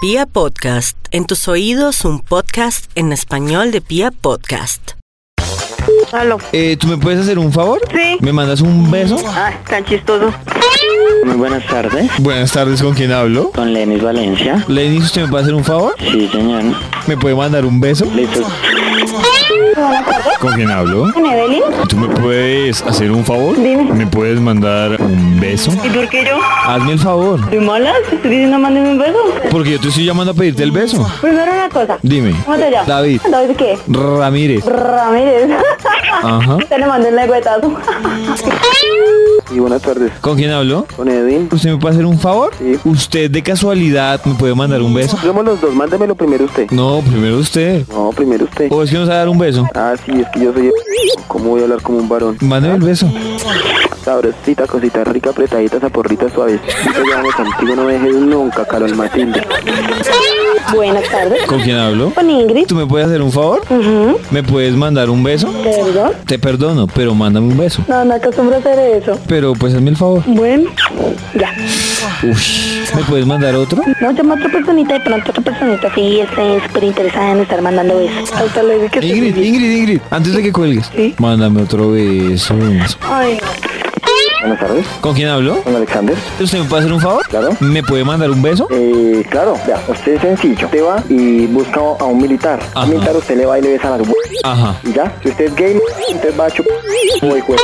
Pia Podcast, en tus oídos un podcast en español de Pia Podcast. Aló. Eh, ¿Tú me puedes hacer un favor? Sí. ¿Me mandas un beso? Ay, tan chistoso. Muy buenas tardes, Buenas tardes, ¿con quién hablo? con Lenis Valencia. Lenny, ¿usted me puede hacer un favor? Sí, señor. ¿Me puede mandar un beso? Listo. ¿Con quién hablo? ¿Evelyn? ¿Tú me puedes hacer un favor? Dime. ¿Me puedes mandar un beso? ¿Y por qué yo? Hazme el favor, ¿Soy mala? ¿Te estoy diciendo mándeme un beso? porque yo te estoy llamando a pedirte el beso. Primero una cosa. Dime. ¿Cómo te llamas? David. ¿David qué? Ramírez. Ramírez. Ajá. Te le mandé el lengüetazo. Y buenas tardes, ¿Con quién hablo? con Edwin. ¿Usted me puede hacer un favor? Sí. ¿Usted de casualidad me puede mandar un beso? Somos los dos, mándemelo primero usted. No, primero usted. No, primero usted. ¿O es que nos va a dar un beso? Ah, sí, es que yo soy... ¿Cómo voy a hablar como un varón? Mándeme el beso. Sabrosita, cosita rica, apretadita, saporrita, suave. Yo contigo, no me dejes nunca, Carol Matilde. Buenas tardes. ¿Con quién hablo? Con Ingrid. ¿Tú me puedes hacer un favor? ¿Me puedes mandar un beso? Perdón. Te perdono, pero mándame un beso. No, no acostumbro a hacer eso. Pero pues hazme el favor. Bueno, ya. Ush. ¿Me puedes mandar otro? No, llama a otra personita y pronto otra personita. Sí, estoy súper interesada en estar mandando besos. Hasta luego. Que estés Ingrid, bien. Ingrid, Ingrid, antes de que cuelgues. Sí. Mándame otro beso. Ay, no. Buenas tardes, ¿Con quién hablo? con Alexander. ¿Usted me puede hacer un favor? Claro. ¿Me puede mandar un beso? Eh, claro, ya, usted es sencillo. Usted va y busca a un militar. Ajá. Un militar usted le va y le besa las... bu- Ajá. Y ya, si usted es gay, usted va a chupar... Uy, juez.